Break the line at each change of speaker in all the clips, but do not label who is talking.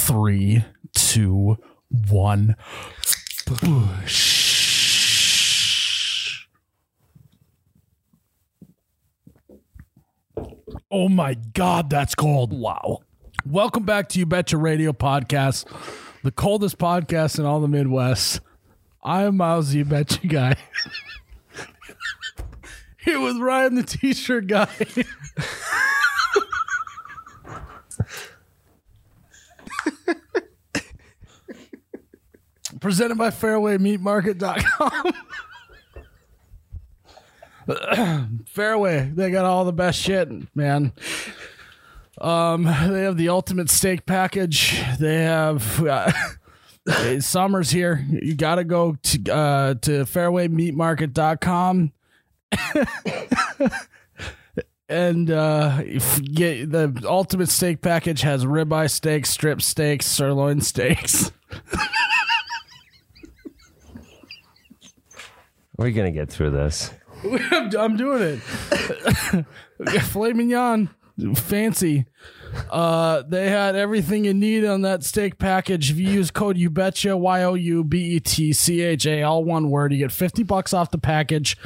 three, two, one. Oh my God, that's cold. Wow. Welcome back to You Betcha Radio Podcast, the coldest podcast in all the Midwest. I am Miles, the You Betcha guy. Here with Ryan, the t shirt guy. Presented by fairwaymeatmarket.com. Fairway, they got all the best shit, man. Um, they have the ultimate steak package. They have uh, eh, summer's here. You got to go to uh, to fairwaymeatmarket.com and uh, if you get the ultimate steak package has ribeye steaks, strip steaks, sirloin steaks.
We're gonna get through this.
I'm, I'm doing it. Filet mignon, fancy. Uh, they had everything you need on that steak package. If you use code you betcha Y O U B E T C H A, all one word, you get fifty bucks off the package.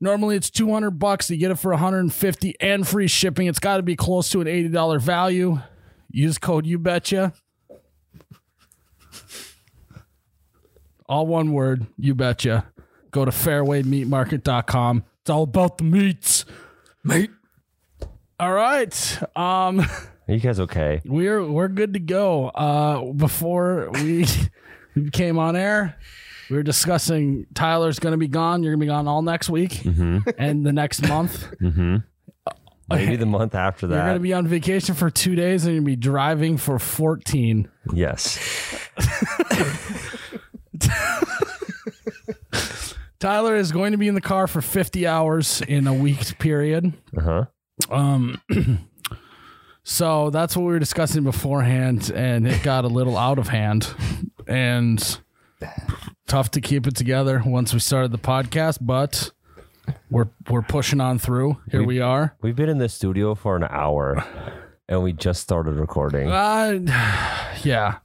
Normally it's two hundred bucks. You get it for one hundred and fifty and free shipping. It's got to be close to an eighty dollar value. Use code you betcha. All one word, you betcha. Go to fairwaymeatmarket.com. It's all about the meats.
Mate.
All right. Um
Are you guys okay?
we're we're good to go. Uh before we we came on air, we were discussing Tyler's gonna be gone. You're gonna be gone all next week and the next month.
Maybe the month after
You're gonna
that.
be on vacation for two days and you're gonna be driving for fourteen.
yes.
Tyler is going to be in the car for fifty hours in a week's period.
Uh huh.
Um, so that's what we were discussing beforehand, and it got a little out of hand and tough to keep it together once we started the podcast, but we're we're pushing on through. Here we are.
We've been in the studio for an hour, and we just started recording.
Uh, yeah.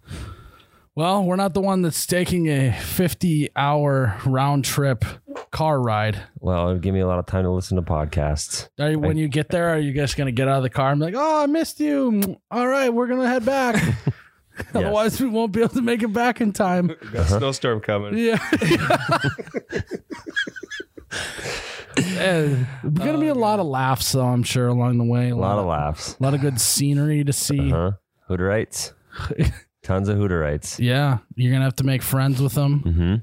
Well, we're not the one that's taking a 50 hour round trip car ride.
Well, it'd give me a lot of time to listen to podcasts.
Are you, when you get there, are you just going to get out of the car and be like, oh, I missed you. All right, we're going to head back. Otherwise, we won't be able to make it back in time.
We
Uh-huh.
got a snowstorm coming.
Yeah. And There's going to be a lot of laughs, though, I'm sure, along the way.
A lot of Uh-huh. laughs.
A lot of good scenery to see.
Huh? Hooterites. Tons of Hooterites.
Yeah. You're going to have to make friends with them.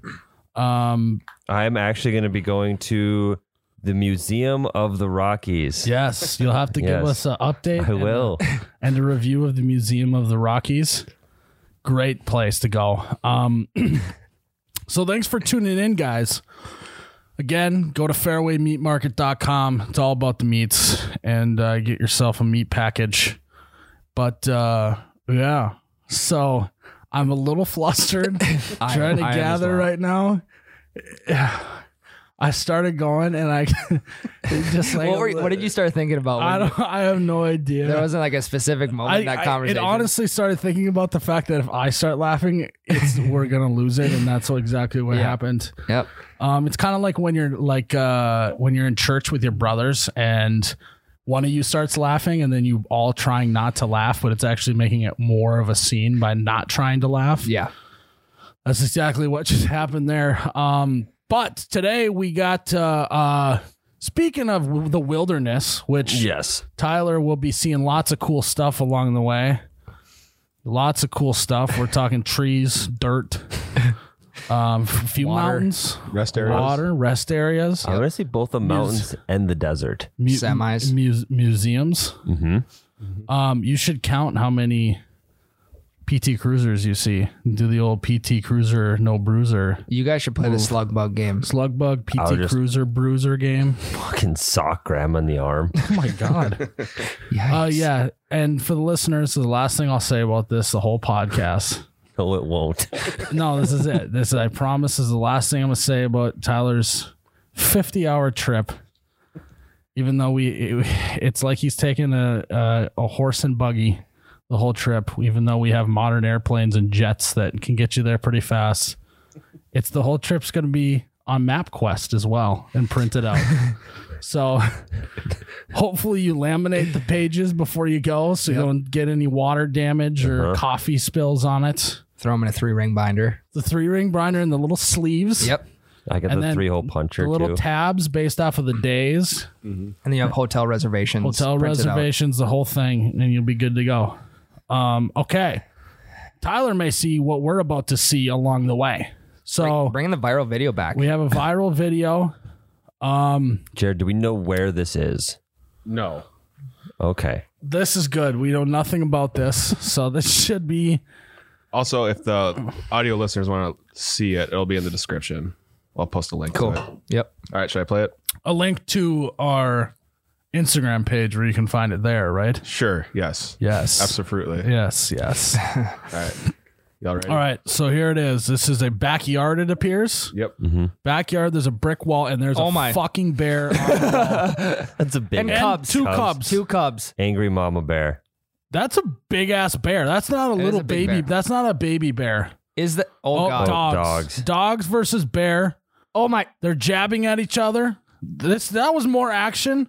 hmm
Um,
I'm actually gonna be going to the Museum of the Rockies.
yes. You'll have to give us
Yes.
an update.
I
and a-
will.
and a review of the Museum of the Rockies. Great place to go. Um, so thanks for tuning in, guys. Again, go to fairwaymeatmarket.com. It's all about the meats and uh, get yourself a meat package. But uh, yeah, so I'm a little flustered trying to
I am as
gather
well.
right now. I started going and I it just like
What, were, what did you start thinking about? When
I don't. I have no idea.
there wasn't like a specific moment in that conversation.
It honestly started thinking about the fact that if I start laughing, it's we're gonna lose it, and that's what- exactly what
Yeah.
happened.
Yep.
Um, it's kind of like when you're like uh, when you're in church with your brothers, and one of you starts laughing, and then you all trying not to laugh, but it's actually making it more of a scene by not trying to laugh.
Yeah.
That's exactly what just happened there. Um, but today we got uh, uh, speaking of w- the wilderness, which
yes.
Tyler will be seeing lots of cool stuff along the way. Lots of cool stuff. We're talking trees, dirt, um, a few
Water. Uh,
mountains,
Rest areas.
water, rest areas,
I'm gonna see both the mountains and the desert.
mu-
Semis.
mu- museums.
Mm-hmm.
Um, you should count how many PT Cruisers you see. Do the old PT Cruiser, no bruiser.
You guys should play the slug bug game.
Slug bug, PT
I'll just-
Cruiser, bruiser game.
Fucking sock grandma in the arm.
Oh my God.
Yikes.
Oh, yeah. And for the listeners, the last thing I'll say about this the whole podcast.
No, it won't.
No, this is it. This I promise is the last thing I'm gonna say about Tyler's 50 hour trip. Even though we, it- it's like he's taking a a, a horse and buggy the whole trip, even though we have modern airplanes and jets that can get you there pretty fast. It's the whole trip's going to be on MapQuest as well and printed out. so hopefully you laminate the pages before you go so you don't get any water damage or
Uh-huh.
coffee spills on it.
Throw them in a three ring binder.
The three ring binder and the little sleeves.
Yep.
I got
And
the
then
three hole
The
puncher
little
too.
tabs based off of
Mm-hmm.
the days,
And then you have hotel reservations.
hotel
printed out.
reservations, the whole thing, and you'll be good to go. Um, okay. Tyler may see what we're about to see along the way. So
Bringing the viral video back.
we have a viral video.
Jared, do we know where this is?
No.
Okay.
This is good. We know nothing about this. So this should be
Also, if the audio listeners want to see it, it'll be in the description. I'll post a link.
cool.
To it. All
Yep.
right, should I play it?
a link to our Instagram page where you can find it there, right?
Sure. Yes.
Yes.
Absolutely.
Yes, yes.
All right. Y'all ready?
All right, so here it is. This is a backyard, it appears.
Yep.
Mm-hmm.
Backyard, there's a brick wall, and there's
Oh
a
my.
fucking bear. on the wall.
That's a big
And
ass-
Cubs.
Two
Cubs.
cubs.
Two Cubs.
angry mama bear.
That's a big ass bear. That's not a
is
little
a big
baby.
bear.
That's not a baby bear.
Is the oh, god.
dogs.
dogs.
Dogs versus bear.
Oh my.
They're jabbing at each other. This that was more action.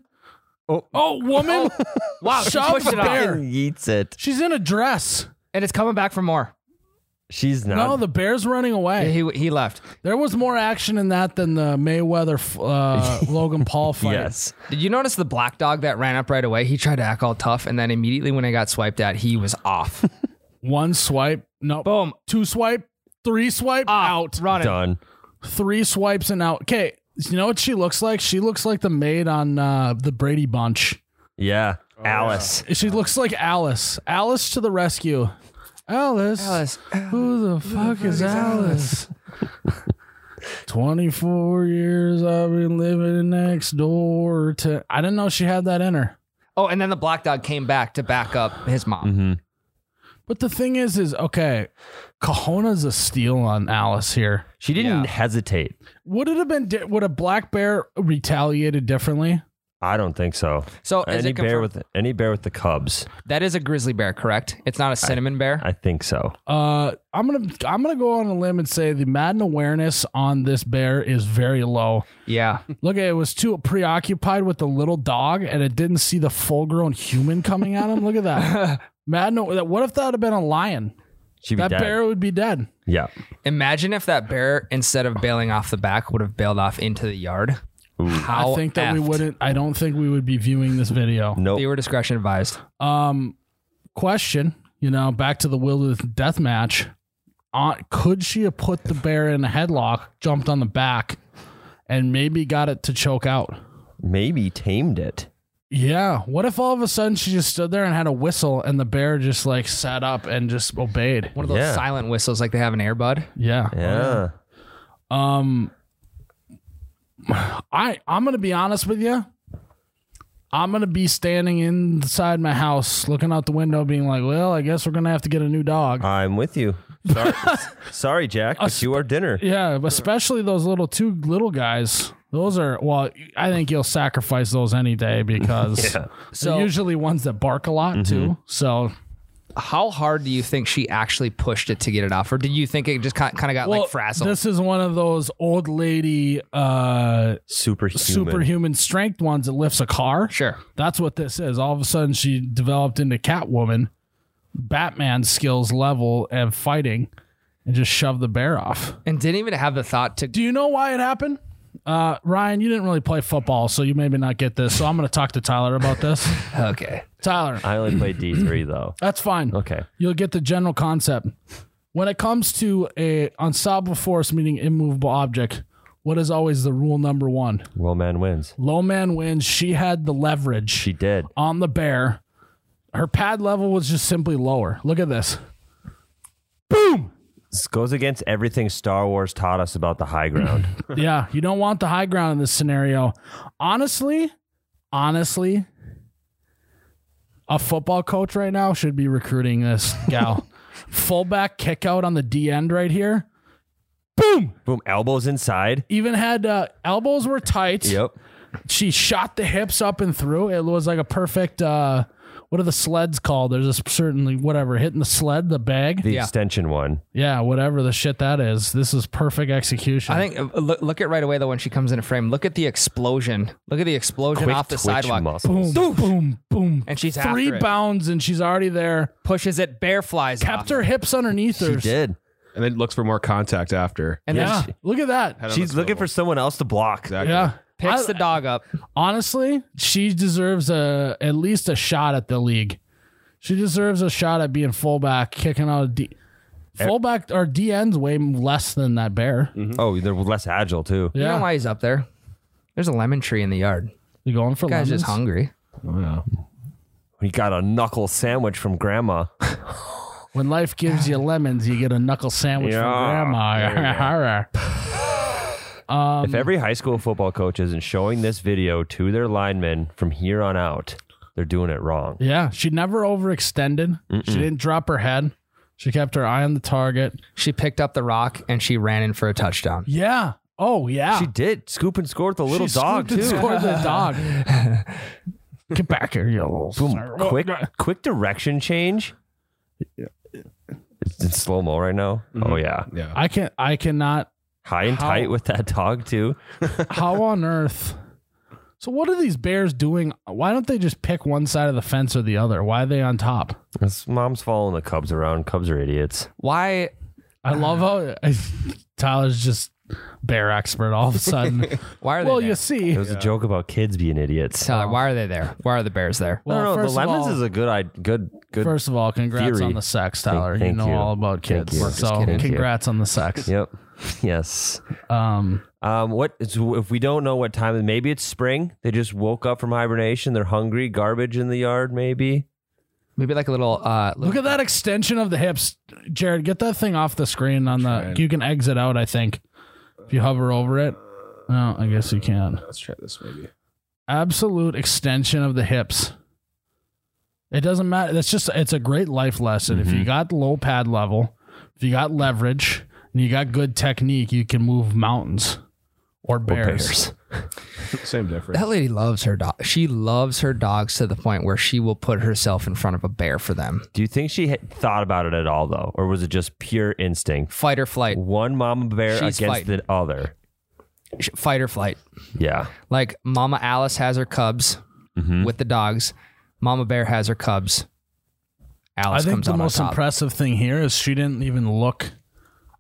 Oh.
woman.
Wow. She
Shove
pushed
the
it off.
bear.
Eats it.
She's in a dress.
And it's coming back for more.
She's not.
No, the bear's running away.
He he left.
There was more action in that than the Mayweather uh, Logan Paul fight.
yes.
Did you notice the black dog that ran up right away? He tried to act all tough, and then immediately when I got swiped at, he was off.
One swipe. No.
Boom.
Two swipe. Three swipe.
Ah,
out.
Running.
Done.
Three swipes and out. Okay. You know what she looks like? She looks like the maid on uh, the Brady Bunch.
Yeah. Alice.
She looks like Alice. Alice to the rescue. Alice.
Alice.
Who the fuck is Alice? 24 years I've been living next door to. I didn't know she had that in her.
Oh, and then the black dog came back to back up his mom.
But the thing is, is okay, Cajona's a steal on Alice here.
She didn't
Yeah.
hesitate.
Would it have been, di- would a black bear retaliated differently?
I don't think so.
So is
any
it
bear
confirmed-
with any bear with the cubs.
that is a grizzly bear, correct? It's not a cinnamon bear.
I think so.
Uh, I'm gonna I'm gonna go on a limb and say the Madden awareness on this bear is very low.
yeah.
Look, it was too preoccupied with the little dog, and it didn't see the full-grown human coming at him. Look at that, Madden. What if that had been a lion?
She'd be
That
dead.
bear would be dead.
Yeah.
Imagine if that bear, instead of bailing off the back, would have bailed off into the yard. How
I think that we
effed.
wouldn't. I don't think we would be viewing this video.
Nope.
Viewer discretion advised.
Um, question. You know, back to the wilderness death match. Aunt, could she have put the bear in a headlock, jumped on the back, and maybe got it to choke out?
Maybe tamed it.
Yeah. What if all of a sudden she just stood there and had a whistle and the bear just like sat up and just obeyed?
One of those
Yeah.
silent whistles like they have in Airbud.
Oh, Yeah.
Yeah.
Um I I'm going to be honest with you. I'm going to be standing inside my house looking out the window being like, "Well, I guess we're going to have to get a new dog."
I'm with you. Sorry, Sorry Jack, but you are dinner.
yeah, especially those little two little guys. Those are well, I think you'll sacrifice those any day because
So- Mm-hmm.
they're usually ones that bark a lot too. So
How hard do you think she actually pushed it to get it off? Or did you think it just kind of got like frazzled?
This is one of those old lady uh
Superhuman.
superhuman strength ones that lifts a car.
sure.
That's what this is. All of a sudden she developed into Catwoman, Batman skills level and fighting and just shoved the bear off.
And didn't even have the thought to.
Do you know why it happened? Uh, Ryan, you didn't really play football, so you maybe not get this. So I'm going to talk to Tyler about this.
Okay.
Tyler,
I only played D3 though.
that's fine.
Okay.
You'll get the general concept. When it comes to a ensemble force, meaning immovable object, what is always the rule number one?
Well, man wins.
Low man wins. She had the leverage
She did.
on the bear. Her pad level was just simply lower. Look at this.
This goes against everything Star Wars taught us about the high ground.
yeah, you don't want the high ground in this scenario. Honestly, honestly, a football coach right now should be recruiting this gal. Fullback kick out on the D end right here.
Boom, elbows inside.
Even had uh, elbows were tight.
Yep.
She shot the hips up and through. It was like a perfect uh, what are the sleds called? There's a certainly whatever hitting the sled, the bag.
The
Yeah.
extension one.
yeah, whatever the shit that is. This is perfect execution.
I think uh, look, look at right away though when she comes in a frame. Look at the explosion. Look at the explosion
Quick
off the
twitch
sidewalk.
muscles.
boom, boom, boom,
And she's
three
after it.
bounds, and she's already there.
Pushes it. Bear flies.
Kept
off.
her hips underneath
She
her.
did.
and then looks for more contact after.
And
Yeah,
then she
look at that.
Head on
She's
the
looking
swivel.
for someone else to block.
Exactly.
Yeah,
picks
I-
the dog up.
honestly, she deserves a at least a shot at the league. She deserves a shot at being fullback, kicking out a D.
Er
Fullback or DN's way less than that bear.
Oh, they're less agile too.
Mm-hmm. You
Yeah,
know why he's up there? There's a lemon tree in the yard.
you going for
Guy's
lemons?
just hungry.
Oh, yeah.
He got a knuckle sandwich from grandma.
When life gives you lemons, you get a knuckle sandwich
Yeah.
from grandma.
Um,
if every high school football coach isn't showing this video to their linemen from here on out, they're doing it wrong.
yeah, she never overextended. She didn't drop her head. She kept her eye on the target.
She picked up the rock and she ran in for a touchdown.
Yeah. Oh yeah.
She did scoop and score with the little
She
dog
scooped and
too.
Scored the dog. Get back here, you little
Boom. Quick, quick direction change. It's in slow mo right now.
Mm-hmm.
Oh yeah,
Yeah.
I can I cannot
high and
How-
tight with that dog too.
how on earth? So what are these bears doing? Why don't they just pick one side of the fence or the other? Why are they on top?
His mom's following the Cubs around. Cubs are idiots.
Why?
I love how Tyler's just bear expert all of a sudden.
Why are they
well,
there?
you see.
It was a joke about kids being idiots.
Tyler, why are they there? Why are the bears there?
I
Well,
don't know. The
first of
lemons
all-
is a good, I good, good.
First of all, congrats
theory.
on the sex, Tyler.
thank
you know
you.
all about kids.
you. We're just
So
kidding.
congrats on the sex.
Yep. Yes.
Um,
Um, what it's- if we don't know what time? Maybe it's spring. They just woke up from hibernation. They're hungry. Garbage in the yard. Maybe.
Maybe like a little. Uh,
look at that extension of the hips. Jared, get that thing off the screen on the
Trying.
you can exit out, I think. If you hover over it. No, I guess you can't.
Let's try this maybe.
absolute extension of the hips. It doesn't matter. That's just it's a great life lesson. If you got low pad level, if you got leverage, and you got good technique, you can move mountains or bears.
bears.
Same difference.
That lady loves her dog. She loves her dogs to the point where she will put herself in front of a bear for them.
Do you think she had thought about it at all though, or was it just pure instinct?
Fight or flight.
One mama bear
She's
against
fighting.
the other.
Sh- Fight or flight.
Yeah.
Like Mama Alice has her cubs with the dogs. Mama Bear has her cubs.
I
Alice
think
comes
the
out on
most
top.
impressive thing here is she didn't even look.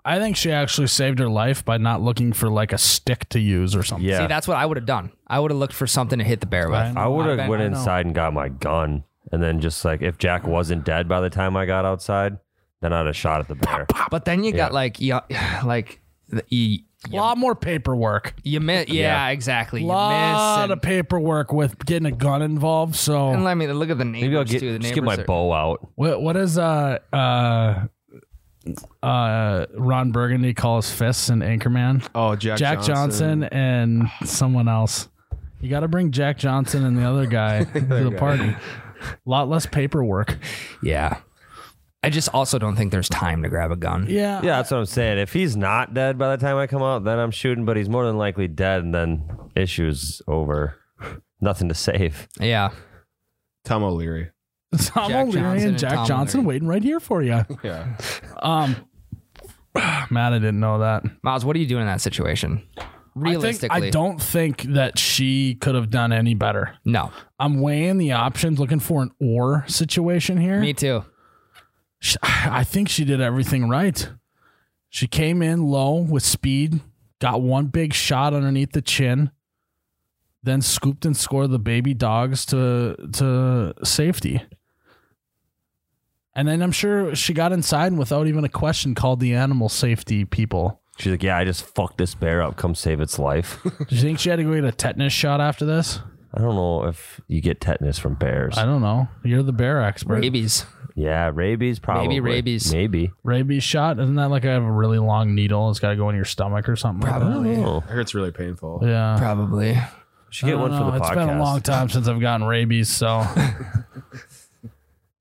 I think she actually saved her life by not looking for like a stick to use or something.
Yeah.
See, that's what I would have done. I would have looked for something to hit the bear with.
Right.
I would
I
have went
know.
inside and got my gun, and then just like if Jack wasn't dead by the time I got outside, then I'd have shot at the bear.
But then you got like, you, like the, you,
A lot more paperwork.
you miss. Yeah, exactly.
A
You
lot
miss. And,
of paperwork with getting a gun involved. So
and let me look at the neighbors
Maybe I'll get
too. The
just
neighbors
get my
are-
bow out.
What what does uh uh uh Ron Burgundy call his fists in Anchorman?
oh, Jack,
Jack Johnson, and someone else. You got to bring Jack Johnson and the other guy to the party. A lot less paperwork.
Yeah. I just also don't think there's time to grab a gun.
Yeah.
Yeah, that's what I'm saying. If he's not dead by the time I come out, then I'm shooting, but he's more than likely dead, and then issues over. Nothing to save.
Yeah.
Tom O'Leary.
Tom
Jack
O'Leary
Johnson
and
and
Jack
Tom
Johnson
O'Leary.
waiting right here for you.
Yeah.
Um, man, I didn't know that.
Miles, what do you do in that situation?
I think-
Realistically,
I don't think that she could have done any better.
No,
I'm weighing the options, looking for an or situation here.
me too.
she, I think she did everything right. She came in low with speed, got one big shot underneath the chin, then scooped and scored the baby dogs to to safety. And then I'm sure she got inside and without even a question called the animal safety people.
She's like, yeah, I just fucked this bear up. Come save its life.
Do you think she had to go get a tetanus shot after this?
I don't know if you get tetanus from bears.
I don't know. You're the bear expert.
Babies.
Yeah, rabies probably.
rabies.
Maybe.
Rabies shot? Isn't that like I have a really long needle? It's got to go in your stomach or something. like that?
Oh,
I heard it's really painful.
Yeah.
Probably.
should get
I
one
don't
for the
know.
podcast.
It's been a long time since I've gotten rabies, so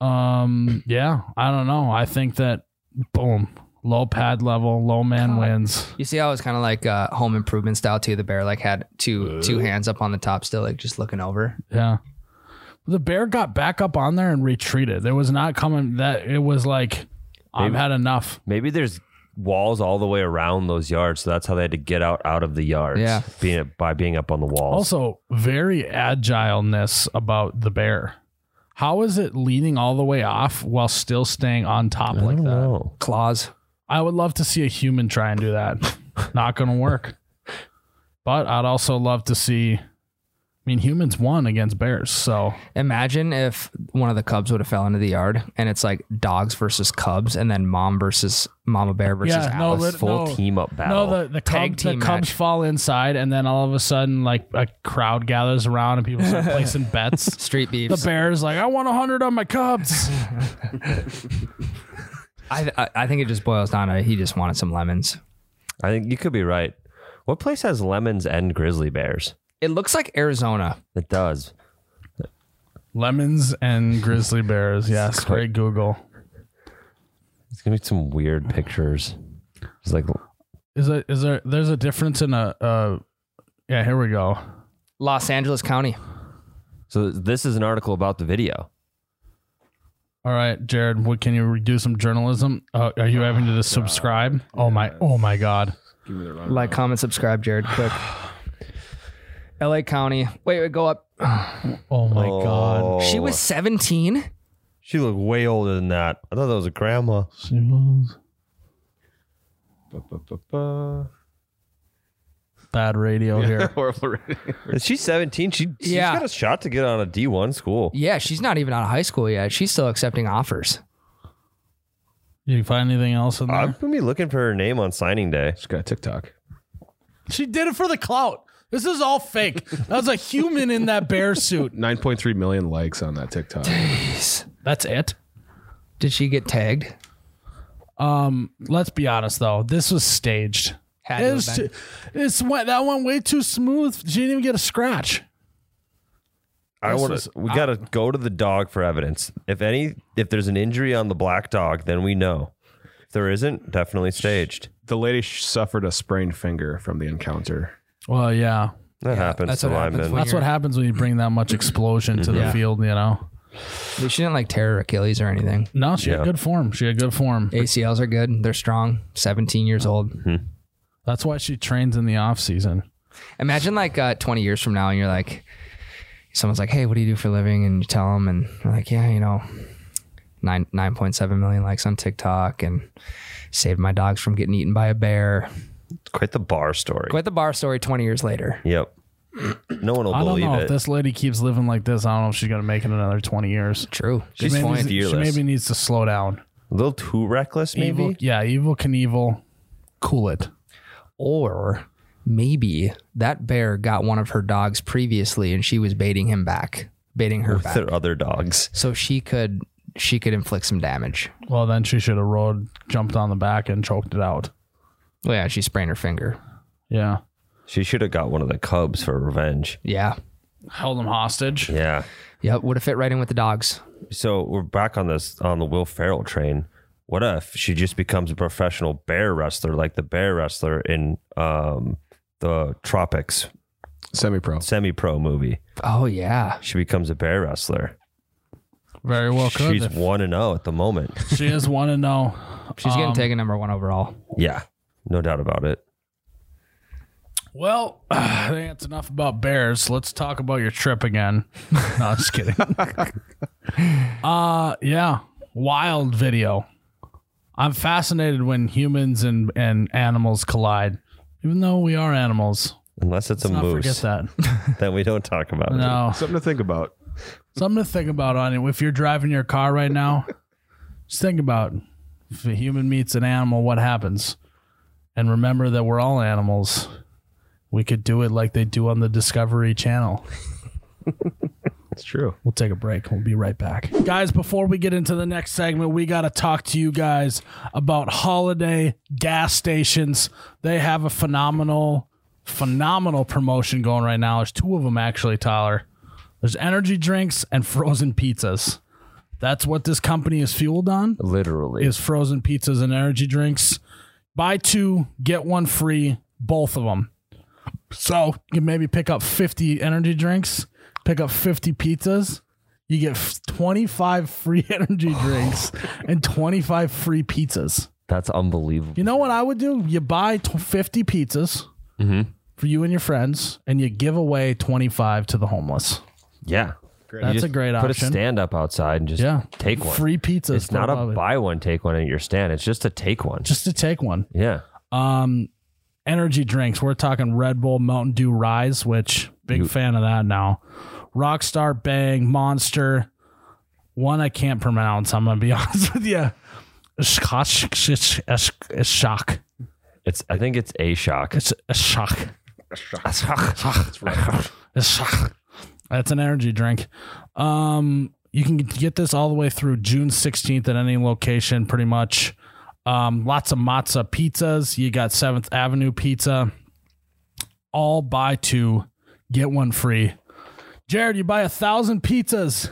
um yeah, I don't know. I think that boom, low pad level, low man wins.
You see, how it was kind of like uh, home improvement
Uh.
style too. The bear like had two two hands up on the top, still like just looking over.
Yeah. But the bear got back up on there and retreated. There was not coming that it was like I've had enough.
Maybe there's walls all the way around those yards, so that's how they had to get out out of the yards.
Yeah.
being by being up on the walls.
Also, very agileness about the bear. How is it leaning all the way off while still staying on top like that?
no,
Claws.
I would love to see a human try and do that. Not going to work. But I'd also love to see. I mean, humans won against bears, so
Imagine if one of the cubs would have fell into the yard and it's like dogs versus cubs and then mom versus mama bear versus
Yeah, no,
Alice.
lit-
full
no.
Oh. team up battle.
no, the the,
Tag
cub, the
team
Cubs
match.
fall inside, and then all of a sudden, like a crowd gathers around and people start placing bets.
Street
The
beefs.
bears like, I want a hundred on my Cubs.
I, I I think it just boils down to he just wanted some lemons.
I think you could be right. What place has lemons and grizzly bears?
It looks like Arizona.
It does.
Lemons and grizzly bears. Yes, great Google.
It's gonna be some weird pictures. It's like
Is it is there? There's a difference in a. Uh, yeah, here we go.
Los Angeles County.
so. This is an article about the video.
All right, Jared, what can you do some journalism? Uh, are you having to just subscribe? Oh my, oh my God!
Give me the rundown.
Like, comment, subscribe, Jared, quick. LA County. Wait, wait, go up.
Oh my God!
She
Oh.
was 17?
She looked way older than that. I thought that was a grandma.
Ba, ba, ba, ba.
Bad radio here.
Horrible rating.
Is she 17? She, she's
Yeah.
got a shot to get on a D1 school.
Yeah, she's not even out of high school yet. She's still accepting offers.
You find anything else in there?
I'm going to be looking for her name on signing day.
She's got a TikTok.
she did it for the clout. This is all fake. That was a human in that bear suit.
9.3 million likes on that TikTok.
That's it.
Did she get tagged?
Um, let's be honest though, this was staged.
Had to
It
have
was
been.
too- it's went that went way too smooth. She didn't even get a scratch.
I
This
want
is-
to. We got to go to the dog for evidence. If any, if there's an injury on the black dog, then we know. If there isn't, definitely staged.
the lady sh- suffered a sprained finger from the encounter.
Well, yeah,
That happens
that's
to
what happens
linemen.
when-
that's what happens when you bring that much explosion to the
Yeah.
field. You know,
She didn't like tear her Achilles or anything.
no, she
Yeah.
had good form. She had good form.
ACLs are good. They're strong. 17 years old.
That's why she trains in the off season.
Imagine like uh, 20 years from now and you're like, someone's like, hey, what do you do for a living? And you tell them and they're like, yeah, you know, nine 9.7 million likes on TikTok and saved my dogs from getting eaten by a bear.
Quite the bar story.
Quite the bar story 20 years later.
Yep. No one will
I don't
believe
know
it.
if this lady keeps living like this. I don't know if she's gonna make it another twenty years.
True.
She's
maybe,
fine.
she
fearless.
maybe needs to slow down.
a little too reckless, maybe.
Evil, yeah, evil Knievel, cool it.
Or maybe that bear got one of her dogs previously and she was baiting him back, baiting her
With
back.
their other dogs.
So she could she could inflict some damage.
Well, then she should have rode, jumped on the back, and choked it out.
Well, Oh, yeah, she sprained her finger.
Yeah,
She should have got one of the cubs for revenge.
Yeah.
held him hostage.
Yeah.
Yep. Would have fit right in with the dogs.
So we're back on this on the Will Ferrell train. What if she just becomes a professional bear wrestler, like the bear wrestler in um, the Tropics
Semi pro.
semi-pro movie?
Oh yeah.
She becomes a bear wrestler.
Very well could.
She's one and zero at the moment.
she is one oh. to know.
She's getting taken number one overall.
yeah, no doubt about it.
Well, I think that's enough about bears. Let's talk about your trip again. No, just kidding. uh yeah, wild video. I'm fascinated when humans and and animals collide. Even though we are animals,
Unless it's a
not forget
moose,
that.
then we don't talk about it.
No,
Something to think about.
something to think about on it. If you're driving your car right now, just think about if a human meets an animal, what happens? And remember that we're all animals. We could do it like they do on the Discovery Channel.
It's true.
We'll take a break. We'll be right back. Guys, before we get into the next segment, we got to talk to you guys about holiday gas stations. They have a phenomenal, phenomenal promotion going right now. There's two of them, actually, Tyler. There's energy drinks and frozen pizzas. That's what this company is fueled on
Literally,
is frozen pizzas and energy drinks. Buy two, get one free, both of them. So you can maybe pick up 50 energy drinks, pick up 50 pizzas. you get f- 25 free energy drinks and 25 free pizzas.
That's unbelievable.
You know what I would do? You buy t- 50 pizzas
Mm-hmm.
for you and your friends, and you give away 25 to the homeless.
Yeah.
Great.
That's
You
a
just
great
put
option.
a stand up outside and just
yeah.
take one.
Free pizzas.
It's not a
probably.
buy one, take one at your stand. It's just a take one.
Just to take one.
yeah.
Um, energy drinks. We're talking Red Bull, Mountain Dew, Rise, which big fan of that now. Rockstar, Bang, Monster. One I can't pronounce. I'm gonna be honest with you. Scotch, it's a shock.
It's I think it's a shock.
It's a shock. A shock. A shock. That's an energy drink. Um, you can get this all the way through June 16th at any location, pretty much. Um, lots of matzah pizzas. You got 7th Avenue pizza. All buy two, get one free. Jared, you buy a thousand pizzas.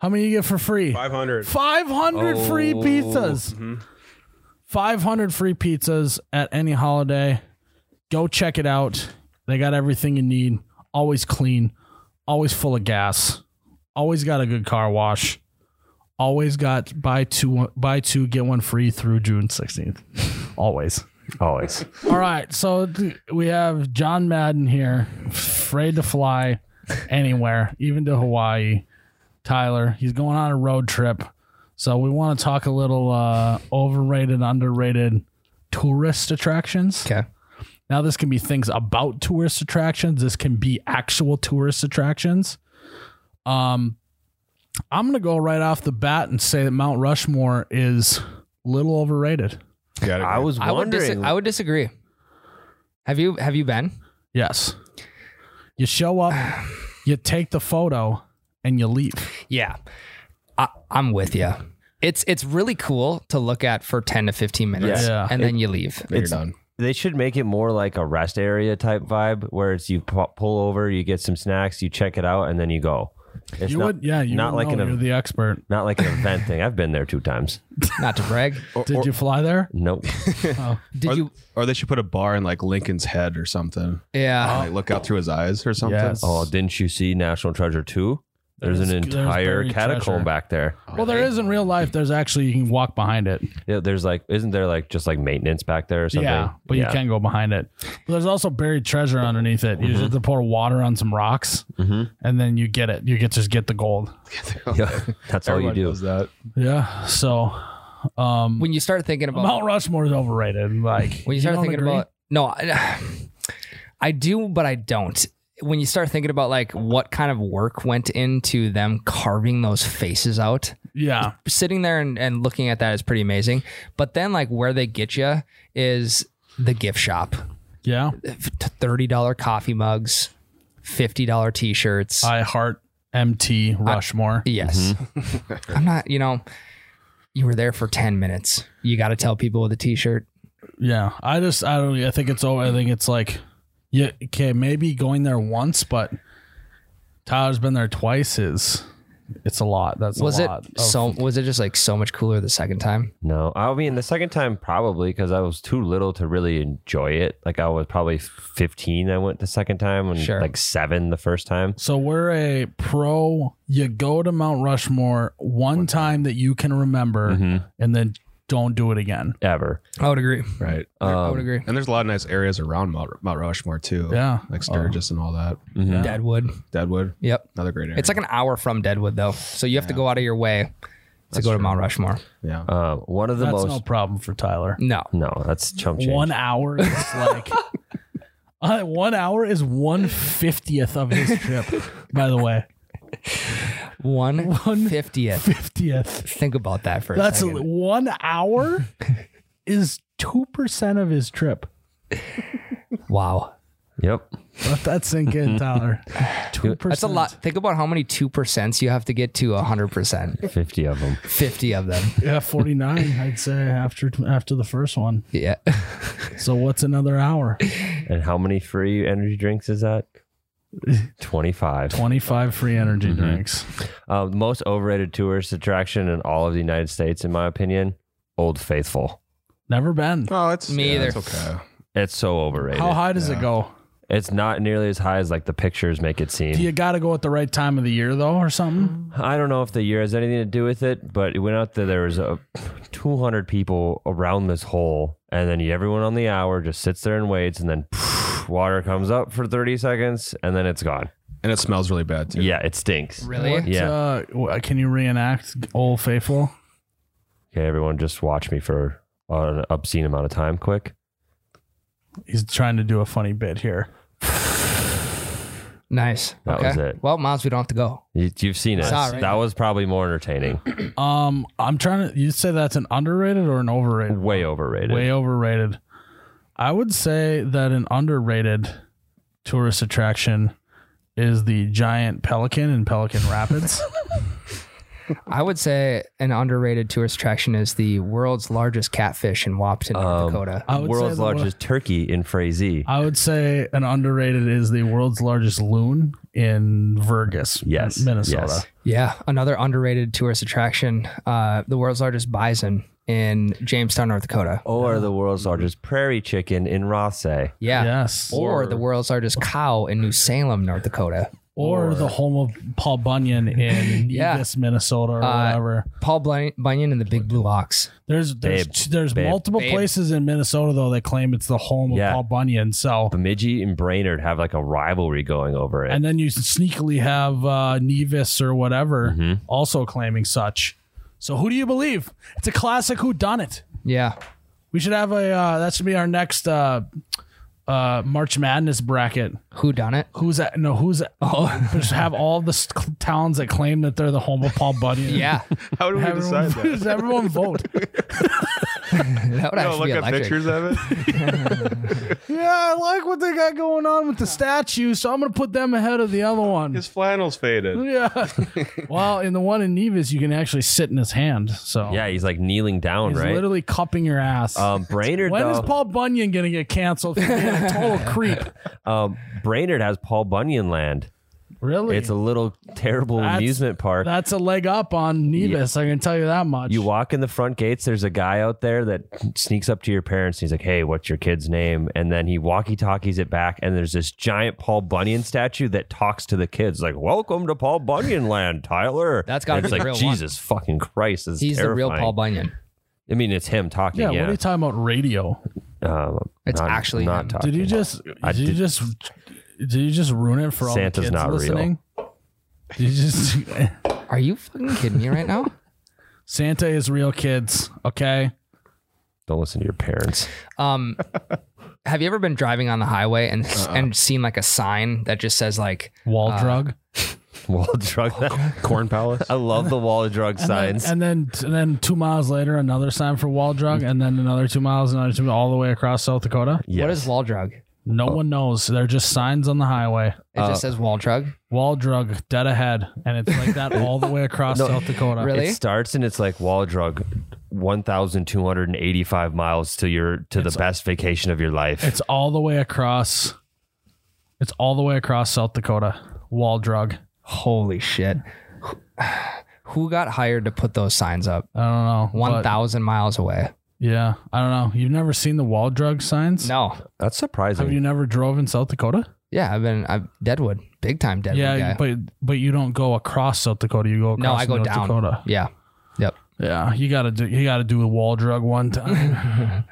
How many you get for free?
500.
500 free
Oh.
pizzas. 500 free pizzas at any holiday. Go check it out. They got everything you need. Always clean, always full of gas, always got a good car wash. Always got buy two buy two get one free through June 16th. Always.
Always.
All right, so th- we have John Madden here, afraid to fly anywhere, even to Hawaii. Tyler, he's going on a road trip, so we want to talk a little uh, overrated, underrated tourist attractions.
Okay.
Now, this can be things about tourist attractions. This can be actual tourist attractions. Um, I'm gonna go right off the bat and say that Mount Rushmore is a little overrated.
Got it.
I was
I would, dis-
wondering.
I would disagree. Have you have you been?
Yes. You show up, you take the photo, and you leave.
Yeah, I, I'm with you. It's it's really cool to look at for 10 to 15 minutes,
Yeah. Yeah.
and then you leave.
Then you're done.
they should make it more like a rest area type vibe where it's you pu- pull over, you get some snacks, you check it out, and then you go. It's
you
not,
would, yeah, you
not
would
like
know.
an
you're the expert.
not like an event thing. I've been there two times.
Not to brag.
Did you fly there?
Nope.
Did
Or,
you?
or they should put a bar in like Lincoln's head or something.
Yeah.
Like look out through his eyes or something.
Yes.
Oh, didn't you see National Treasure 2? There's
There's-
an
there's
entire
buried
catacomb
treasure.
back there.
well, there is in real life. There's actually you can walk behind it.
Yeah, there's like, isn't there like just like maintenance back there or something?
Yeah, but
Yeah.
you can go behind it. But there's also buried treasure underneath it. You just
Mm-hmm.
have to pour water on some rocks, and then you get it. You get just get the gold.
Yeah. That's all you
Everyone
do.
does that.
Yeah. So
When you start thinking about
Mount Rushmore is overrated. Like
when you start
don't
thinking
agree?
about no, I, I do, but I don't. When you start thinking about like what kind of work went into them carving those faces out,
yeah,
sitting there and, and looking at that is pretty amazing. But then like where they get you is the gift shop.
yeah.
$30 coffee mugs, $50 t-shirts.
I heart MT Rushmore.
yes. I'm not, you know, you were there for 10 minutes. You got to tell people with a t-shirt.
Yeah, I just I don't. I think it's over. I think it's like, yeah, okay, maybe going there once, but Tyler's been there twice. Is it's a lot. That's
Was
a
it
lot Oh, of-
so was it just like so much cooler the second time?
No, I mean, the second time probably because I was too little to really enjoy it. Like, I was probably 15, I went the second time, and
Sure.
like seven the first time.
So we're a pro. You go to Mount Rushmore one time that you can remember,
Mm-hmm.
and then don't do it again.
Ever.
I would agree.
Right.
I would agree.
And there's a lot of nice areas around Mount, Mount Rushmore too.
Yeah.
Like Sturgis and all that.
Deadwood.
Deadwood.
Yep.
Another great area.
Mm-hmm. It's like an hour from Deadwood though. So you have to go out of your way to go to Mount Rushmore.
yeah.
Um, one of the
That's
most.
no problem for Tyler.
No.
No, that's chump change.
One hour is like. Uh, one hour is one fiftieth of his trip, by the way.
150th.
Fiftieth.
Think about that for a
That's a,
second.
one hour is two percent of his trip.
wow.
Yep.
Let that sink in, Tyler. Two percent.
That's a lot. Think about how many 2% you have to get to 100%.
50 of them.
50 of them.
Yeah, forty nine. I'd say after after the first one.
Yeah.
So what's another hour?
And how many free energy drinks is that? 25.
Twenty five free energy
Mm-hmm.
drinks.
Uh, the most overrated tourist attraction in all of the United States, in my opinion, Old Faithful.
Never been.
oh, it's
Me
yeah,
either.
It's okay.
It's so overrated.
How high does it go?
It's not nearly as high as like the pictures make it seem.
Do you got to go at the right time of the year though, or something?
I don't know if the year has anything to do with it, but it went out there. There was a, 200 people around this hole, and then everyone on the hour just sits there and waits, and then water comes up for 30 seconds, and then it's gone.
and it smells really bad too.
Yeah, it stinks.
Really?
What,
Yeah.
uh, wh- can you reenact Old Faithful?
Okay, everyone, just watch me for an obscene amount of time, quick.
He's trying to do a funny bit here.
Nice.
That
okay.
was it.
Well, Miles, we don't have to go.
You, you've seen it.
Sorry.
That was probably more entertaining.
Um, I'm trying to. You say that's an underrated or an overrated?
Way overrated.
Way overrated. I would say that an underrated tourist attraction is the giant pelican in Pelican Rapids.
I would say an underrated tourist attraction is the world's largest catfish in Wapton, North Dakota.
I would
World's
say the- Uh,
largest turkey in Frazee.
I would say an underrated is the world's largest loon in Vergas,
Yes.
Minnesota.
Yes.
Yeah, another underrated tourist attraction, uh, the world's largest bison in Jamestown, North Dakota.
Or Oh, the world's largest prairie chicken in eh? Rosse.
Yeah.
Yes.
Or the world's largest cow in New Salem, North Dakota.
Or, the home of Paul Bunyan in
Yeah.
Nevis, Minnesota, or
Uh,
whatever.
Paul Bun- Bunyan and the Big Blue Ox.
There's there's
Babe.
t- there's
Babe.
multiple
Babe.
places in Minnesota though that claim it's the home of
Yeah.
Paul Bunyan. So
Bemidji and Brainerd have like a rivalry going over it.
and then you sneakily have uh, Nevis or whatever also claiming such. So who do you believe? It's a classic who done it.
Yeah.
We should have a uh, that should be our next uh, uh, March Madness bracket.
Who done it?
Who's at no who's at,
Oh.
just have all the s- towns that claim that they're the home of Paul Bunyan.
Yeah.
How do we
Have
decide
everyone,
that?
does everyone vote?
That would
No,
actually
look
be
at
electric.
pictures of it.
yeah, I like what they got going on with the statues, so I'm gonna put them ahead of the other one.
His flannel's faded.
Yeah. well, in the one in Nevis, you can actually sit in his hand. So
yeah, he's like kneeling down,
he's
right?
literally cupping your ass.
Um, Brainerd
when
though,
is Paul Bunyan gonna get canceled for being a total creep?
um, Brainerd has Paul Bunyan Land.
Really?
It's a little terrible
That's-
amusement park.
that's a leg up on Nevis. I can tell you that much.
You walk in the front gates. There's a guy out there that sneaks up to your parents. And he's like, "Hey, what's your kid's name?" And then he walkie-talkies it back. And there's this giant Paul Bunyan statue that talks to the kids, like, "Welcome to Paul Bunyan Land, Tyler."
That's gotta
And
be
it's
the
like
real one.
Jesus fucking Christ. This is
He's the real
terrifying.
Paul Bunyan.
I mean, it's him talking.
yeah,
Yeah,
What are you talking about? Radio?
Um,
It's actually
not
him.
talking.
Did you just?
I
did, you
did-
just? Did you just ruin it for all
Santa's
the kids
not real.
listening? Did you just?
Are you fucking kidding me right now?
Santa is real, kids. Okay.
Don't listen to your parents.
Um, have you ever been driving on the highway and and seen like a sign that just says like
Wall drug.
Wall of drug.
Corn Palace.
I love the wall of drug signs.
And then, and then two miles later, another sign for wall drug, and then another two miles, another two, all the way across South Dakota.
Yes.
what is wall drug? It
No
Oh.
one knows. They're just signs on the highway.
just says wall drug.
Wall drug dead ahead, and it's like that all the way across South Dakota.
Really?
It starts and it's like wall drug, one thousand two hundred and eighty-five miles to your to the best vacation of your life.
It's all the way across. It's all the way across South Dakota. Wall drug.
Holy shit. Who- Who got hired to put those signs up?
I don't know.
One
but-
thousand miles away.
Yeah, I don't know. You've never seen the wall drug signs?
No.
That's
Have
surprising.
you never drove in South Dakota?
Yeah, I've been I've Deadwood, big time Deadwood
yeah,
guy.
but but you don't go across South Dakota. You go across
no, I go
North
down.
Dakota.
Yeah. Yep.
Yeah, you gotta do you gotta do a wall drug one time.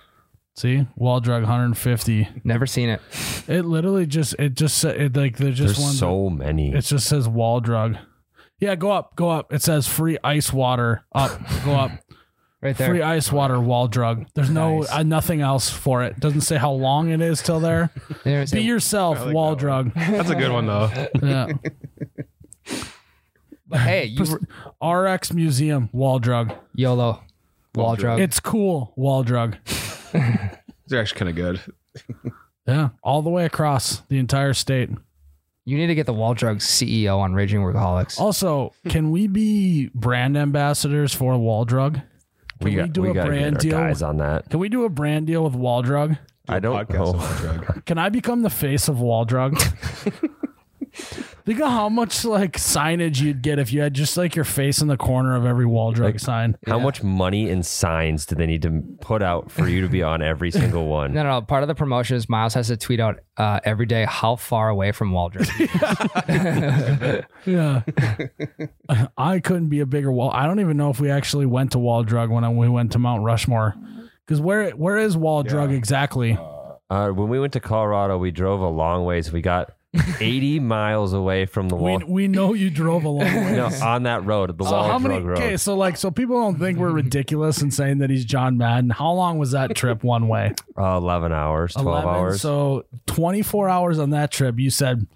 See, wall drug 150.
Never seen it.
It literally just it just sa- it like they're just
There's
one.
so many.
it just says wall drug. Yeah, go up, go up. It says free ice water. Up, go up.
Right there.
Free ice water wall drug. There's no
Nice.
uh, nothing else for it. Doesn't say how long it is till there.
They don't
Be
say-
yourself, wall drug.
That's a good one though.
Yeah.
but hey, you were-
RX Museum wall drug.
YOLO. Wall drug.
It's cool wall drug.
They're actually kind of good.
Yeah, all the way across the entire state.
you need to get the Wall Drug CEO on Raging
Oh.
Workaholics.
Also, can we be brand ambassadors for Wall Drug? Can we, do a
gotta get
brand
our
deal?
Guys on that.
Can we do a brand deal with Wall Drug?
I don't
Podcast
know.
about drug.
Can I become the face of Wall Drug? Think of how much like signage you'd get if you had just like your face in the corner of every wall drug sign.
How much money and signs do they need to put out for you to be on every single one?
No, no, no. Part of the promotion is Miles has to tweet out uh, every day how far away from Waldron.
Yeah. I couldn't be a bigger wall. I don't even know if we actually went to Wall Drug when I- we went to Mount Rushmore. Because where where is Wall Drug exactly?
Uh, when we went to Colorado, we drove a long ways. We got 80 miles away from the
we,
wall.
we know you drove a long way.
No, on that road, the
So
wall
how
drug
many?
road.
Okay, so like, so people don't think we're ridiculous in saying that he's John Madden. How long was that trip one way?
Uh, 11 hours, 12 hours.
So twenty four hours on that trip. You said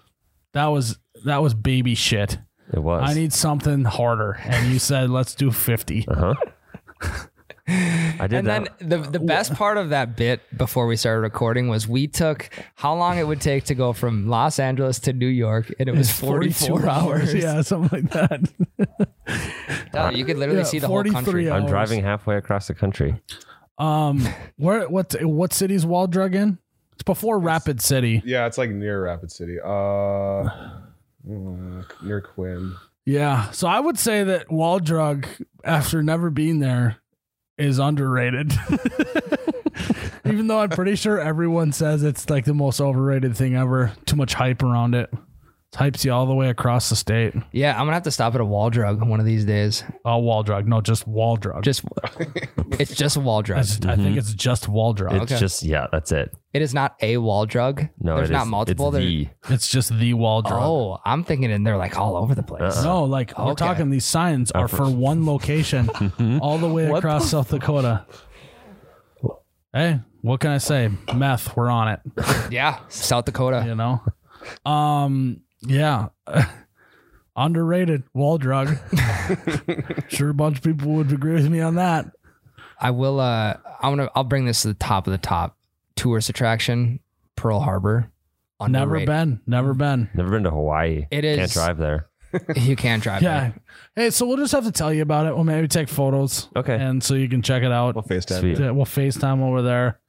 that was that was baby shit.
it was.
I need something harder, and you said let's do fifty.
Uh-huh. I did
And
that.
then the the best part of that bit before we started recording was we took how long it would take to go from Los Angeles to New York, and it was forty
42
four hours.
yeah, something like that.
No, you could literally
Yeah,
see the whole country.
43
I'm
hours.
driving halfway across the country.
Um, where what what city's Wall Drug in? It's before Rapid City.
Yeah, it's like near Rapid City. Uh, mm, near Quinn.
Yeah, so I would say that Wall Drug, after never being there, is underrated. Even though I'm pretty sure everyone says it's like the most overrated thing ever. Too much hype around it. It hypes you all the way across the state.
Yeah, I'm gonna have to stop at a wall drug one of these days.
Oh, Wall Drug, no, just Wall Drug.
Just Mm-hmm. it's just wall drug.
It's- I think it's just Wall Drug.
It's just, yeah, that's it.
It is not a wall drug.
No,
there's
it is-
not multiple.
It's
There-
the-
It's just the Wall Drug.
oh, I'm thinking, and they're like all over the place.
Uh-uh.
No, Oh, like we're
Okay.
talking these signs are for one location all the way across South Dakota. Hey, what can I say? Meth, we're on it,
Yeah, South Dakota.
you know? Um, yeah. Underrated wall drug. sure a bunch of people would agree with me on that.
I will. Uh, I want to. I'll bring this to the top of the top tourist attraction, Pearl Harbor.
Never
Underrated.
been. Never been.
Never been to Hawaii.
It
Can't
is-
drive there.
You can drive. there.
Yeah. Hey, so we'll just have to tell you about it. We'll maybe take photos.
Okay.
And so you can check it out.
Well, FaceTime.
Sweet.
Yeah, We'll FaceTime over there.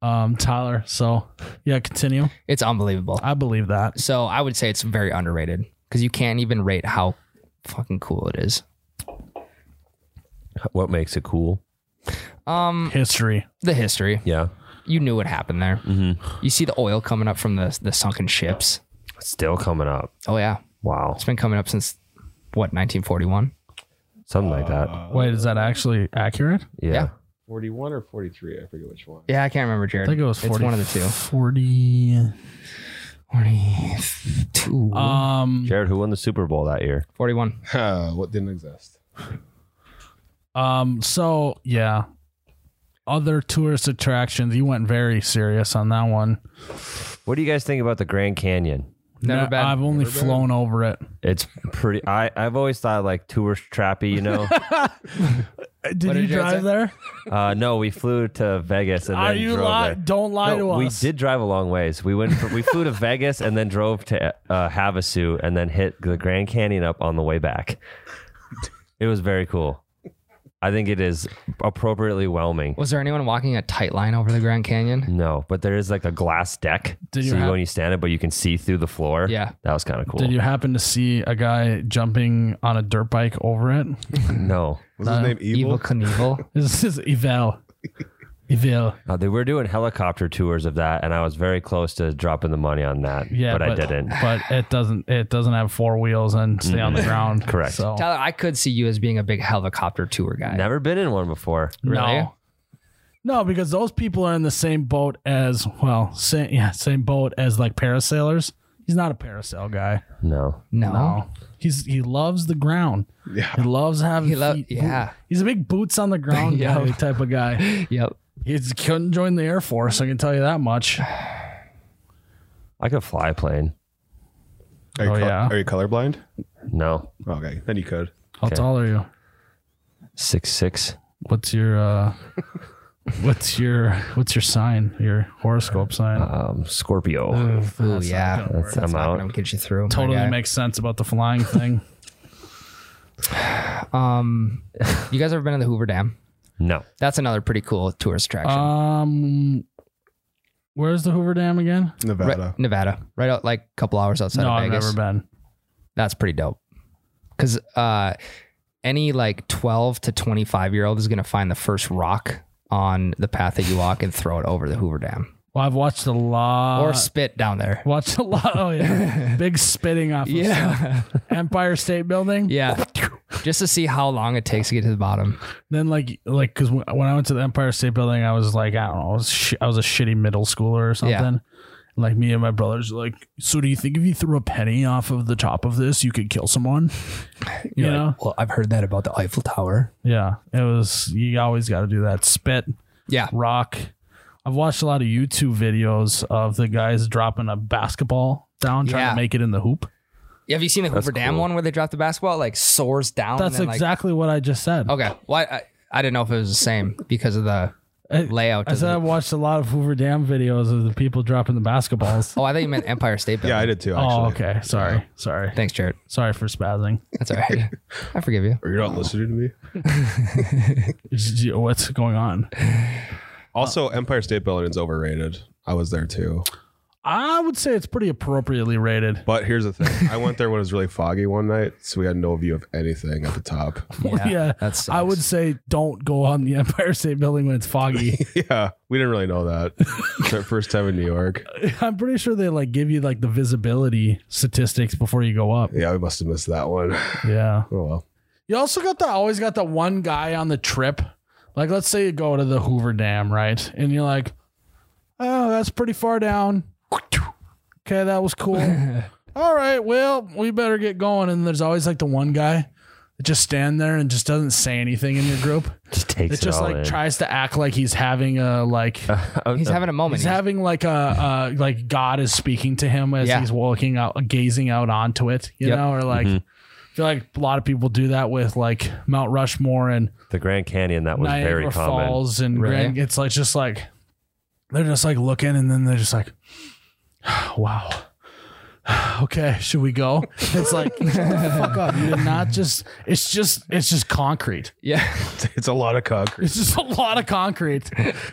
Um, Tyler. So yeah, continue.
It's unbelievable.
I believe that.
So I would say it's very underrated because you can't even rate how fucking cool it is.
What makes it cool?
History.
Um, The history.
Yeah.
You knew what happened there.
Mm-hmm.
You see the oil coming up from the the sunken ships.
Still coming up.
Oh yeah,
Wow.
it's been coming up since what 1941.
Something like that.
Wait, is that actually accurate?
Yeah.
yeah.
41 or 43, I forget which one.
Yeah, I can't remember, Jared.
I think it was 40,
It's one of the two.
40.
42.
Um,
Jared, who won the Super Bowl that year?
41.
Huh, Uh, what didn't exist?
um, so yeah. Other tourist attractions. You went very serious on that one.
What do you guys think about the Grand Canyon?
Never
No,
been.
I've only flown over it.
It's pretty. I I've always thought like tourist trappy, you know.
Did
did
you
you
drive
answer?
there?
uh, no, we flew to Vegas and
Are
then
you
drove
lie?
there.
Don't lie
No,
to
we
us.
did drive a long ways. We went. From, we flew to Vegas and then drove to uh, Havasu and then hit the Grand Canyon up on the way back. It was very cool. I think it is appropriately whelming.
Was there anyone walking a tight line over the Grand Canyon?
No, but there is like a glass deck.
Did you
so you
have-
go and you stand it, but you can see through the floor.
Yeah.
that was kind of cool.
Did you happen to see a guy jumping on a dirt bike over it?
No,
Was
Uh,
his name Evil?
Evil Knievel.
This is Evel. Evel.
Uh, they were doing helicopter tours of that, and I was very close to dropping the money on that.
Yeah,
but, I didn't.
But it doesn't. It doesn't have four wheels and stay on the ground.
Correct.
So
Tyler, I could see you as being a big helicopter tour guy.
Never been in one before.
Really?
No. No, because those people are in the same boat as well, same yeah, same boat as like parasailers. He's not a parasail guy.
No.
No.
No. He's he loves the ground.
Yeah.
He loves having
He lo-
feet-
yeah.
He's a big boots on the ground
Yeah.
guy type of guy.
Yep.
He couldn't join the Air Force, I can tell you that much.
I could fly a plane.
Are you,
Oh,
col-
yeah.
are you colorblind?
No.
Okay, then you could.
How
Okay.
tall are you?
Six six.
What's your uh what's your what's your sign? Your horoscope
Uh,
sign?
Um Scorpio.
Ooh, yeah.
That's, I'm
not
out.
gonna get you through. my
totally
guy.
makes sense about the flying thing.
Um, you guys ever been to the Hoover Dam?
No.
That's another pretty cool tourist attraction.
um Where's the Hoover Dam again?
Right-
Nevada.
Nevada, right out like a couple hours outside
No,
of
I've
Vegas.
never been.
That's pretty dope. Cause uh any like 12 to 25 year old is gonna find the first rock on the path that you walk and throw it over the Hoover Dam.
Well, I've watched a lot.
or spit down there.
watched a lot. Oh yeah, big spitting off. Of stuff. Empire State Building.
yeah. Just to see how long it takes to get to the bottom.
Then like like because when I went to the Empire State Building, I was like I don't know, I was, sh- I was a shitty middle schooler or something.
Yeah.
Like me and my brothers, were like, so do you think if you threw a penny off of the top of this, you could kill someone? You
You're like,
know?
well, I've heard that about the Eiffel Tower.
Yeah, it was. You always got to do that. Spit,
Yeah.
rock. I've watched a lot of YouTube videos of the guys dropping a basketball down, trying
Yeah.
to make it in the hoop.
Have you seen the Hoover Dam
cool.
one where they drop the basketball? It, like soars down.
That's
and then, like,
exactly what I just said.
Okay. Well, I, I, I didn't know if it was the same because of the
I-
layout.
I
of
said I
the,
watched a lot of Hoover Dam videos of the people dropping the basketballs.
oh, I thought you meant Empire State Building.
Yeah, I did too. Actually.
oh, okay. Sorry, sorry,
Thanks, Jared.
sorry for spazzing.
That's all right. I forgive you.
Are you not listening to me?
Is- What's going on?
Also,
Uh.
Empire State Building is overrated. I was there too.
I would say it's pretty appropriately rated.
But here's the thing: I went there when it was really foggy one night, so we had no view of anything at the top.
Yeah,
that's.
I would say don't go on the Empire State Building when it's foggy.
yeah, we didn't really know that. It's our first time in New York.
I'm pretty sure they like give you like the visibility statistics before you go up.
Yeah, we must have missed that one. Oh
Yeah.
well.
You also got the always got the one guy on the trip. Like, let's say you go to the Hoover Dam, right? And you're like, oh, that's pretty far down. Okay, that was cool. All right, well, we better get going. And there's always like the one guy that just stand there and just doesn't say anything in your group.
Just takes
It
it,
just
all
like
in.
tries to act like he's having a like
He's having a moment.
he's having like a uh, like God is speaking to him as
Yeah.
he's walking out, gazing out onto it, you
Yep.
know, or
Mm-hmm.
like I feel like a lot of people do that with like Mount Rushmore and
the Grand Canyon that was
Niagara
very common.
Falls and
Really?
Grand. It's like just like they're just like looking and then they're just like, wow. Okay, should we go? It's like shut the fuck up. You did not just. It's just. It's just concrete.
yeah.
It's a lot of concrete.
It's just a lot of concrete.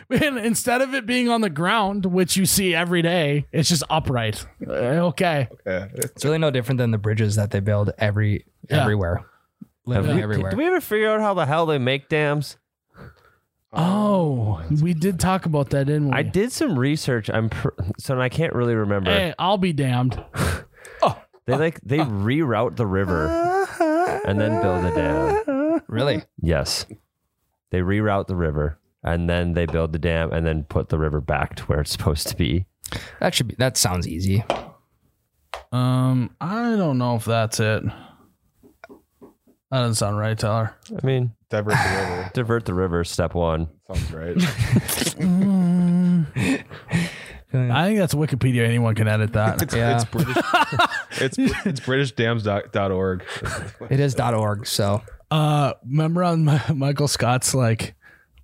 And instead of it being on the ground, which you see every day, it's just upright. Uh, Okay.
Yeah.
It's really no different than the bridges that they build every
Yeah.
everywhere.
Have
Literally
we-
everywhere.
Did we ever figure out how the hell they make dams?
Oh, we did talk about that, didn't we?
I did some research. I'm pr- so I can't really remember.
Hey, I'll be damned.
They like they reroute the river and then build a dam.
really?
Yes, they reroute the river and then they build the dam and then put the river back to where it's supposed to be.
That should be. That sounds easy.
Um, I don't know if that's it. That doesn't sound right, Tyler.
I mean,
Divert the river.
divert the river. Step one.
Sounds right.
I think that's Wikipedia. Anyone can edit that.
It's,
Yeah.
it's British. It's it's BritishDams.org.
It is .org. So
uh, remember on my, Michael Scott's like,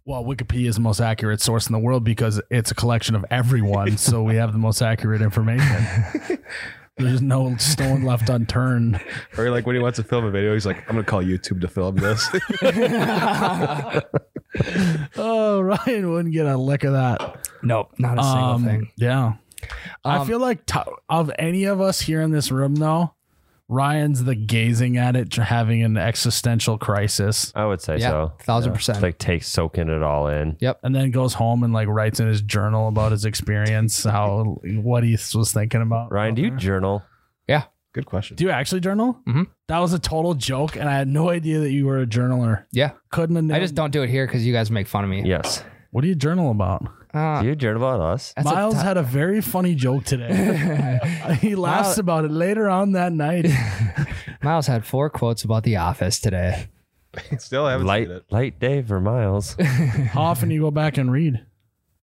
well, Wikipedia is the most accurate source in the world because it's a collection of everyone, so we have the most accurate information. There's no stone left unturned.
Or like when he wants to film a video, he's like, "I'm gonna call YouTube to film this."
Oh, Ryan wouldn't get a lick of that.
nope, not a single
Um,
thing.
Yeah. I
Um,
feel like t- of any of us here in this room, though, Ryan's the gazing at it, having an existential crisis,
I would say
Yeah,
so.
thousand
Yeah.
percent.
Like take soaking it all in.
and then goes home and like writes in his journal about his experience, how what he was thinking about.
Ryan, do you journal?
Good question.
Do you actually journal?
Mhm.
That was a total joke, and I had no idea that you were a journaler.
Yeah.
Couldn't have.
I just
known-
don't do it here because you guys make fun of me.
Yes.
What do you journal about?
Uh,
Do you journal about us?
that's a
Miles had a very funny joke today. he laughs
Miles-
about it later on that night.
Miles had four quotes about The Office today.
Still haven't
Light,
seen it.
light day for Miles.
How often do you go back and read?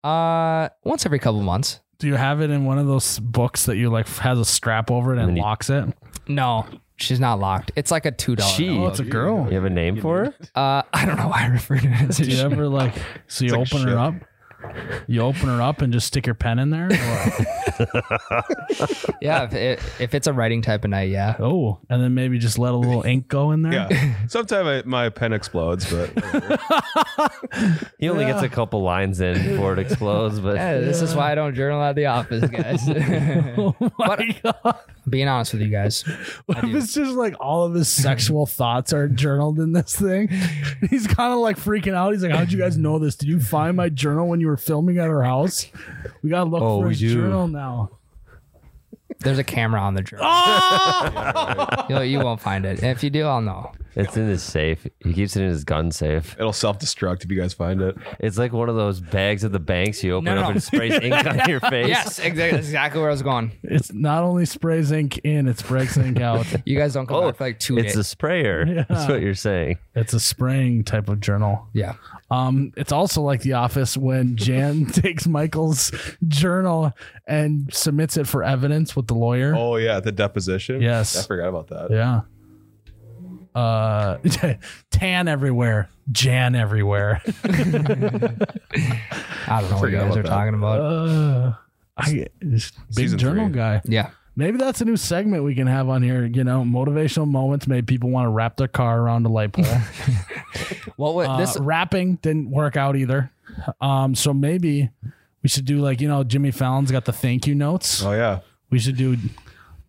Uh, once every couple months.
Do you have it in one of those books that you like has a strap over it and,
then you-
locks it?
No, she's not locked. It's like a two dollar.
She.
Oh, it's a girl.
You have a name for her?
Uh, I don't know why I refer to it as a
Do you
she.
ever like so you
like
open
shit.
her up You open her up and just stick your pen in there. Or-
Yeah, if, it, if it's a writing type of night, yeah.
oh, and then maybe just let a little ink go in there.
Yeah. Sometimes my pen explodes, but
He only gets a couple lines in before it explodes, but
Yeah, this is why I don't journal at the office, guys.
Oh my god!
Being honest with you guys,
What if it's just like all of his sexual thoughts are journaled in this thing? He's kind of like freaking out. He's like, "How'd you guys know this? Did you find my journal when you were filming at our house? We gotta look
Oh,
for
we
his
do.
journal now."
there's a camera on the journal. you, you won't find it. If you do, I'll know.
it's in his safe. He keeps it in his gun safe.
it'll self destruct if you guys find it.
It's like one of those bags at the banks you open
No,
up
no.
and it sprays ink on your face.
Yes, exactly. That's exactly where I was going.
It's not only sprays ink in, it sprays ink out.
You guys don't come
Oh,
back for like two
It's
days.
a sprayer. That's what you're saying.
It's a spraying type of journal.
yeah.
Um, it's also like The Office when Jan takes Michael's journal and submits it for evidence with the lawyer.
Oh yeah, the deposition.
Yes.
I forgot about that.
Yeah. Uh, tan everywhere, Jan everywhere.
I don't know what you
Forgot
guys
about
are
that.
talking about.
Uh, I this big
Season
journal
three.
guy.
yeah.
Maybe that's a new segment we can have on here. You know, motivational moments made people want to wrap their car around a light pole.
Well, what,
Uh,
this
rapping didn't work out either. Um, so maybe we should do like you know Jimmy Fallon's got the thank you notes.
Oh yeah.
We should do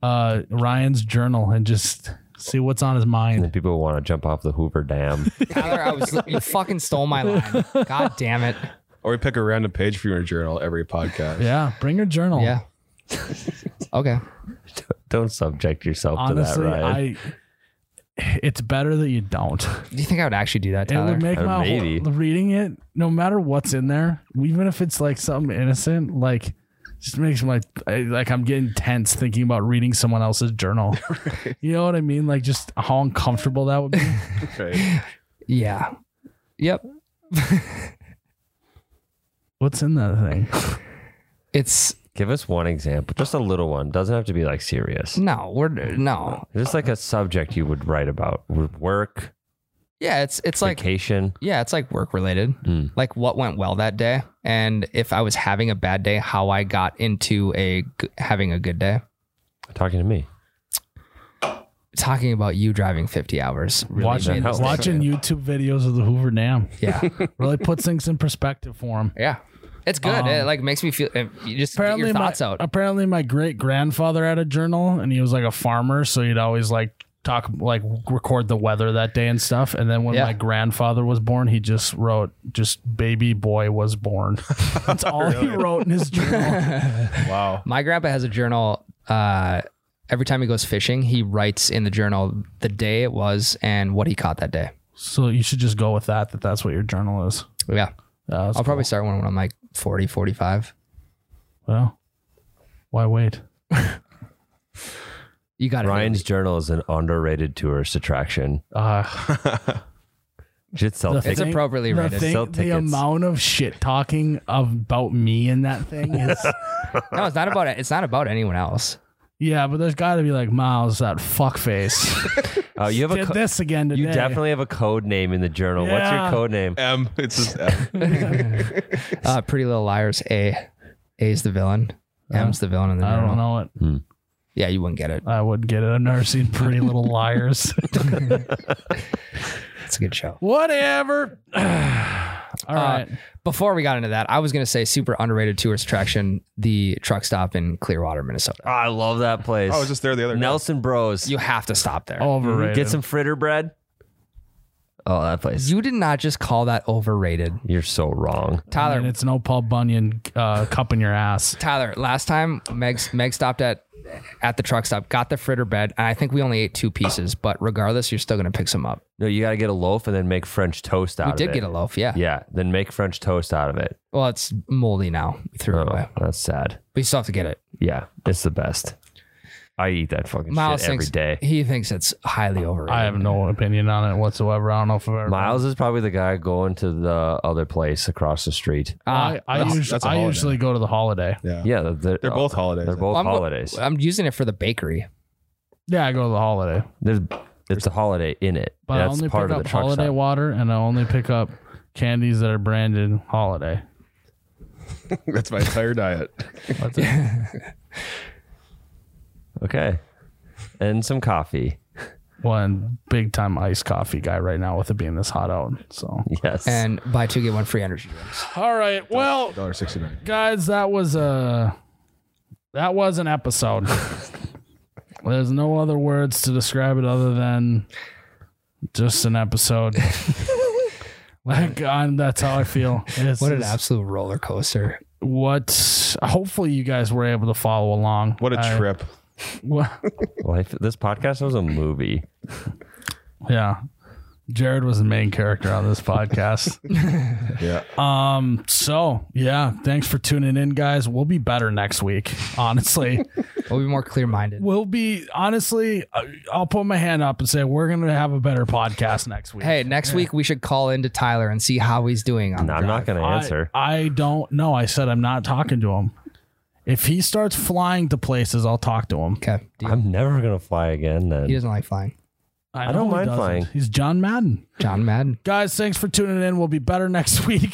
uh, Ryan's journal and just see what's on his mind.
And people want to jump off the Hoover Dam.
Tyler, I was you fucking stole my line. God damn it.
Or we pick a random page from your journal every podcast.
Yeah, bring your journal.
Yeah. Okay.
Don't subject yourself
honestly,
to that,
I.
Ryan.
It's better that you don't.
Do you think I would actually do that,
It
Tyler?
would make
Uh,
my
maybe.
whole, reading it, no matter what's in there, even if it's like something innocent, like just makes my I- like I'm getting tense thinking about reading someone else's journal. You know what I mean? Like just how uncomfortable that would be.
Right.
yeah. Yep.
What's in that thing?
It's
Give us one example, just a little one. Doesn't have to be like serious.
no, we're no.
Just like a subject you would write about Would work,
Yeah, it's it's like
vacation.
yeah, it's like work related.
Mm.
Like what went well that day and if I was having a bad day, how I got into a g- having a good day.
Talking to me.
Talking about you driving 50 hours. really
watching
made this
helps.
watching
different.
YouTube videos of the Hoover Dam
Yeah.
really puts things in perspective for him.
Yeah. It's good. it like makes me feel it- you just get your thoughts
my, uh,
out.
Um, Apparently, my great grandfather had a journal, and he was like a farmer, so he'd always like talk, like record the weather that day and stuff. And then when
Yeah.
my grandfather was born, he just wrote, "Just baby boy was born." That's all he wrote in his journal.
Wow.
My grandpa has a journal. Uh, every time he goes fishing, he writes in the journal the day it was and what he caught that day.
so you should just go with that. That that's what your journal is.
Yeah.
Uh, that's
I'll probably start one when I'm like 40, 45.
cool. well. Why wait?
You got it.
Ryan's journal is an underrated tourist attraction.
Uh,
Should sell
the
tickets.
thing- appropriately
the
rated.
thing-
Sell
the
tickets.
amount of shit talking about me in that thing is.
No, it's not about it. It's not about anyone else.
yeah, but there's got to be like Miles, that fuckface.
Uh, you have a
did
co-
this again today.
you definitely have a code name in the journal. What's
Yeah.
your code name?
M. It's just M.
Uh, Pretty Little Liars, A. A's the villain. M's the villain in the
Uh, I
journal.
don't know it.
Yeah, you wouldn't get it.
I wouldn't get it. I've never seen Pretty Little Liars.
It's a good show.
Whatever. All
Uh,
right.
Before we got into that, I was going to say super underrated tourist attraction, the truck stop in Clearwater, Minnesota.
Oh, I love that place.
I was just there the other night.
Nelson Bros.
You have to stop
Oh,
there.
Overrated.
Get some fritter bread. Oh, that place.
You did not just call that overrated.
You're so wrong.
Tyler,
and it's no Paul Bunyan uh, cup in your ass.
Tyler, last time Meg Meg stopped at at the truck stop, got the fritter bread, and I think we only ate two pieces. But regardless, you're still gonna pick some up.
No, you got to get a loaf and then make French toast out
We
of
did
it.
get a loaf, yeah.
Yeah, then make French toast out of it.
Well, it's moldy now. We threw it
Oh,
away.
that's sad.
We still have to get it.
Yeah, it's the best. I eat that fucking
Miles
shit every
thinks
day.
he thinks it's highly overrated.
I have no opinion on it whatsoever. I don't know if I've ever.
Miles is probably the guy going to the other place across the street.
Ah,
I, I,
that's-
usu-
that's a
I
holiday.
usually go to the holiday.
Yeah.
Yeah, they're,
They're both holidays.
They're both
Uh, I'm go-
holidays.
I'm using it for the bakery.
Yeah, I go to the holiday.
There's it's a holiday in it.
But I
That's
only
part
pick
of
up
the truck
holiday
stop.
water and I only pick up candies that are branded holiday.
That's my entire diet.
That's it. okay. And some coffee.
One big time iced coffee guy right now with it being this hot out. So,
Yes.
and buy two get one free energy drinks.
all right. Well,
Dollar sixty nine.
guys, that was a that was an episode. There's no other words to describe it other than just an episode. like God, that's how I feel. It's-
What an absolute roller coaster!
what hopefully you guys were able to follow along.
What a
I-
trip.
wha-
Life, this podcast was a movie.
yeah. Jared was the main character on this podcast.
Yeah.
Um, so yeah, thanks for tuning in, guys. We'll be better next week. Honestly,
We'll be more clear minded.
we'll be honestly. I- I'll put my hand up and say we're gonna have a better podcast next week.
Hey, next week we should call into Tyler and see how he's doing on
No,
the
I'm not going to
I-
answer.
I, don't know. I said I'm not talking to him. If he starts flying to places, I'll talk to him.
Okay, deal.
I'm never going to fly again
he
then.
doesn't like flying.
I,
don't
know he
mind
doesn't.
flying.
He's John Madden.
John Madden.
guys thanks for tuning in we'll be better next week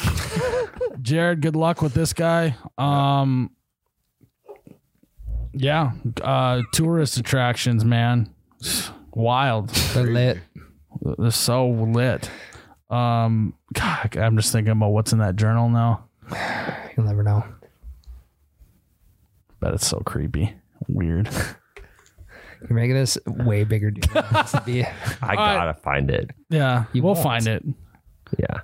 jared good luck with this guy um yeah uh tourist attractions man wild
They're lit.
they're so lit um god i'm just thinking about what's in that journal now
You'll never know.
bet it's so creepy weird
You're making this way bigger deal. than it needs to be.
I
I-
got to find it.
yeah
You
we'll
won't.
find it
Yeah.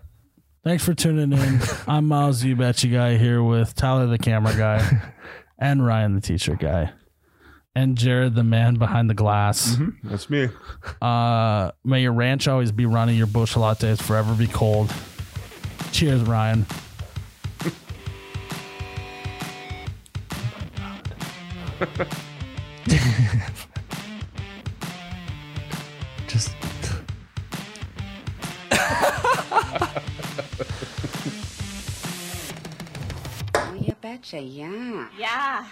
thanks for tuning in i'm miles you betcha guy here with tyler the camera guy and ryan the teacher guy and jared the man behind the glass
Mm-hmm.
That's me.
Uh, may your ranch always be running, your bush lattes forever be cold. Cheers, Ryan.
Just.
Oh, you betcha, yeah.
Yeah.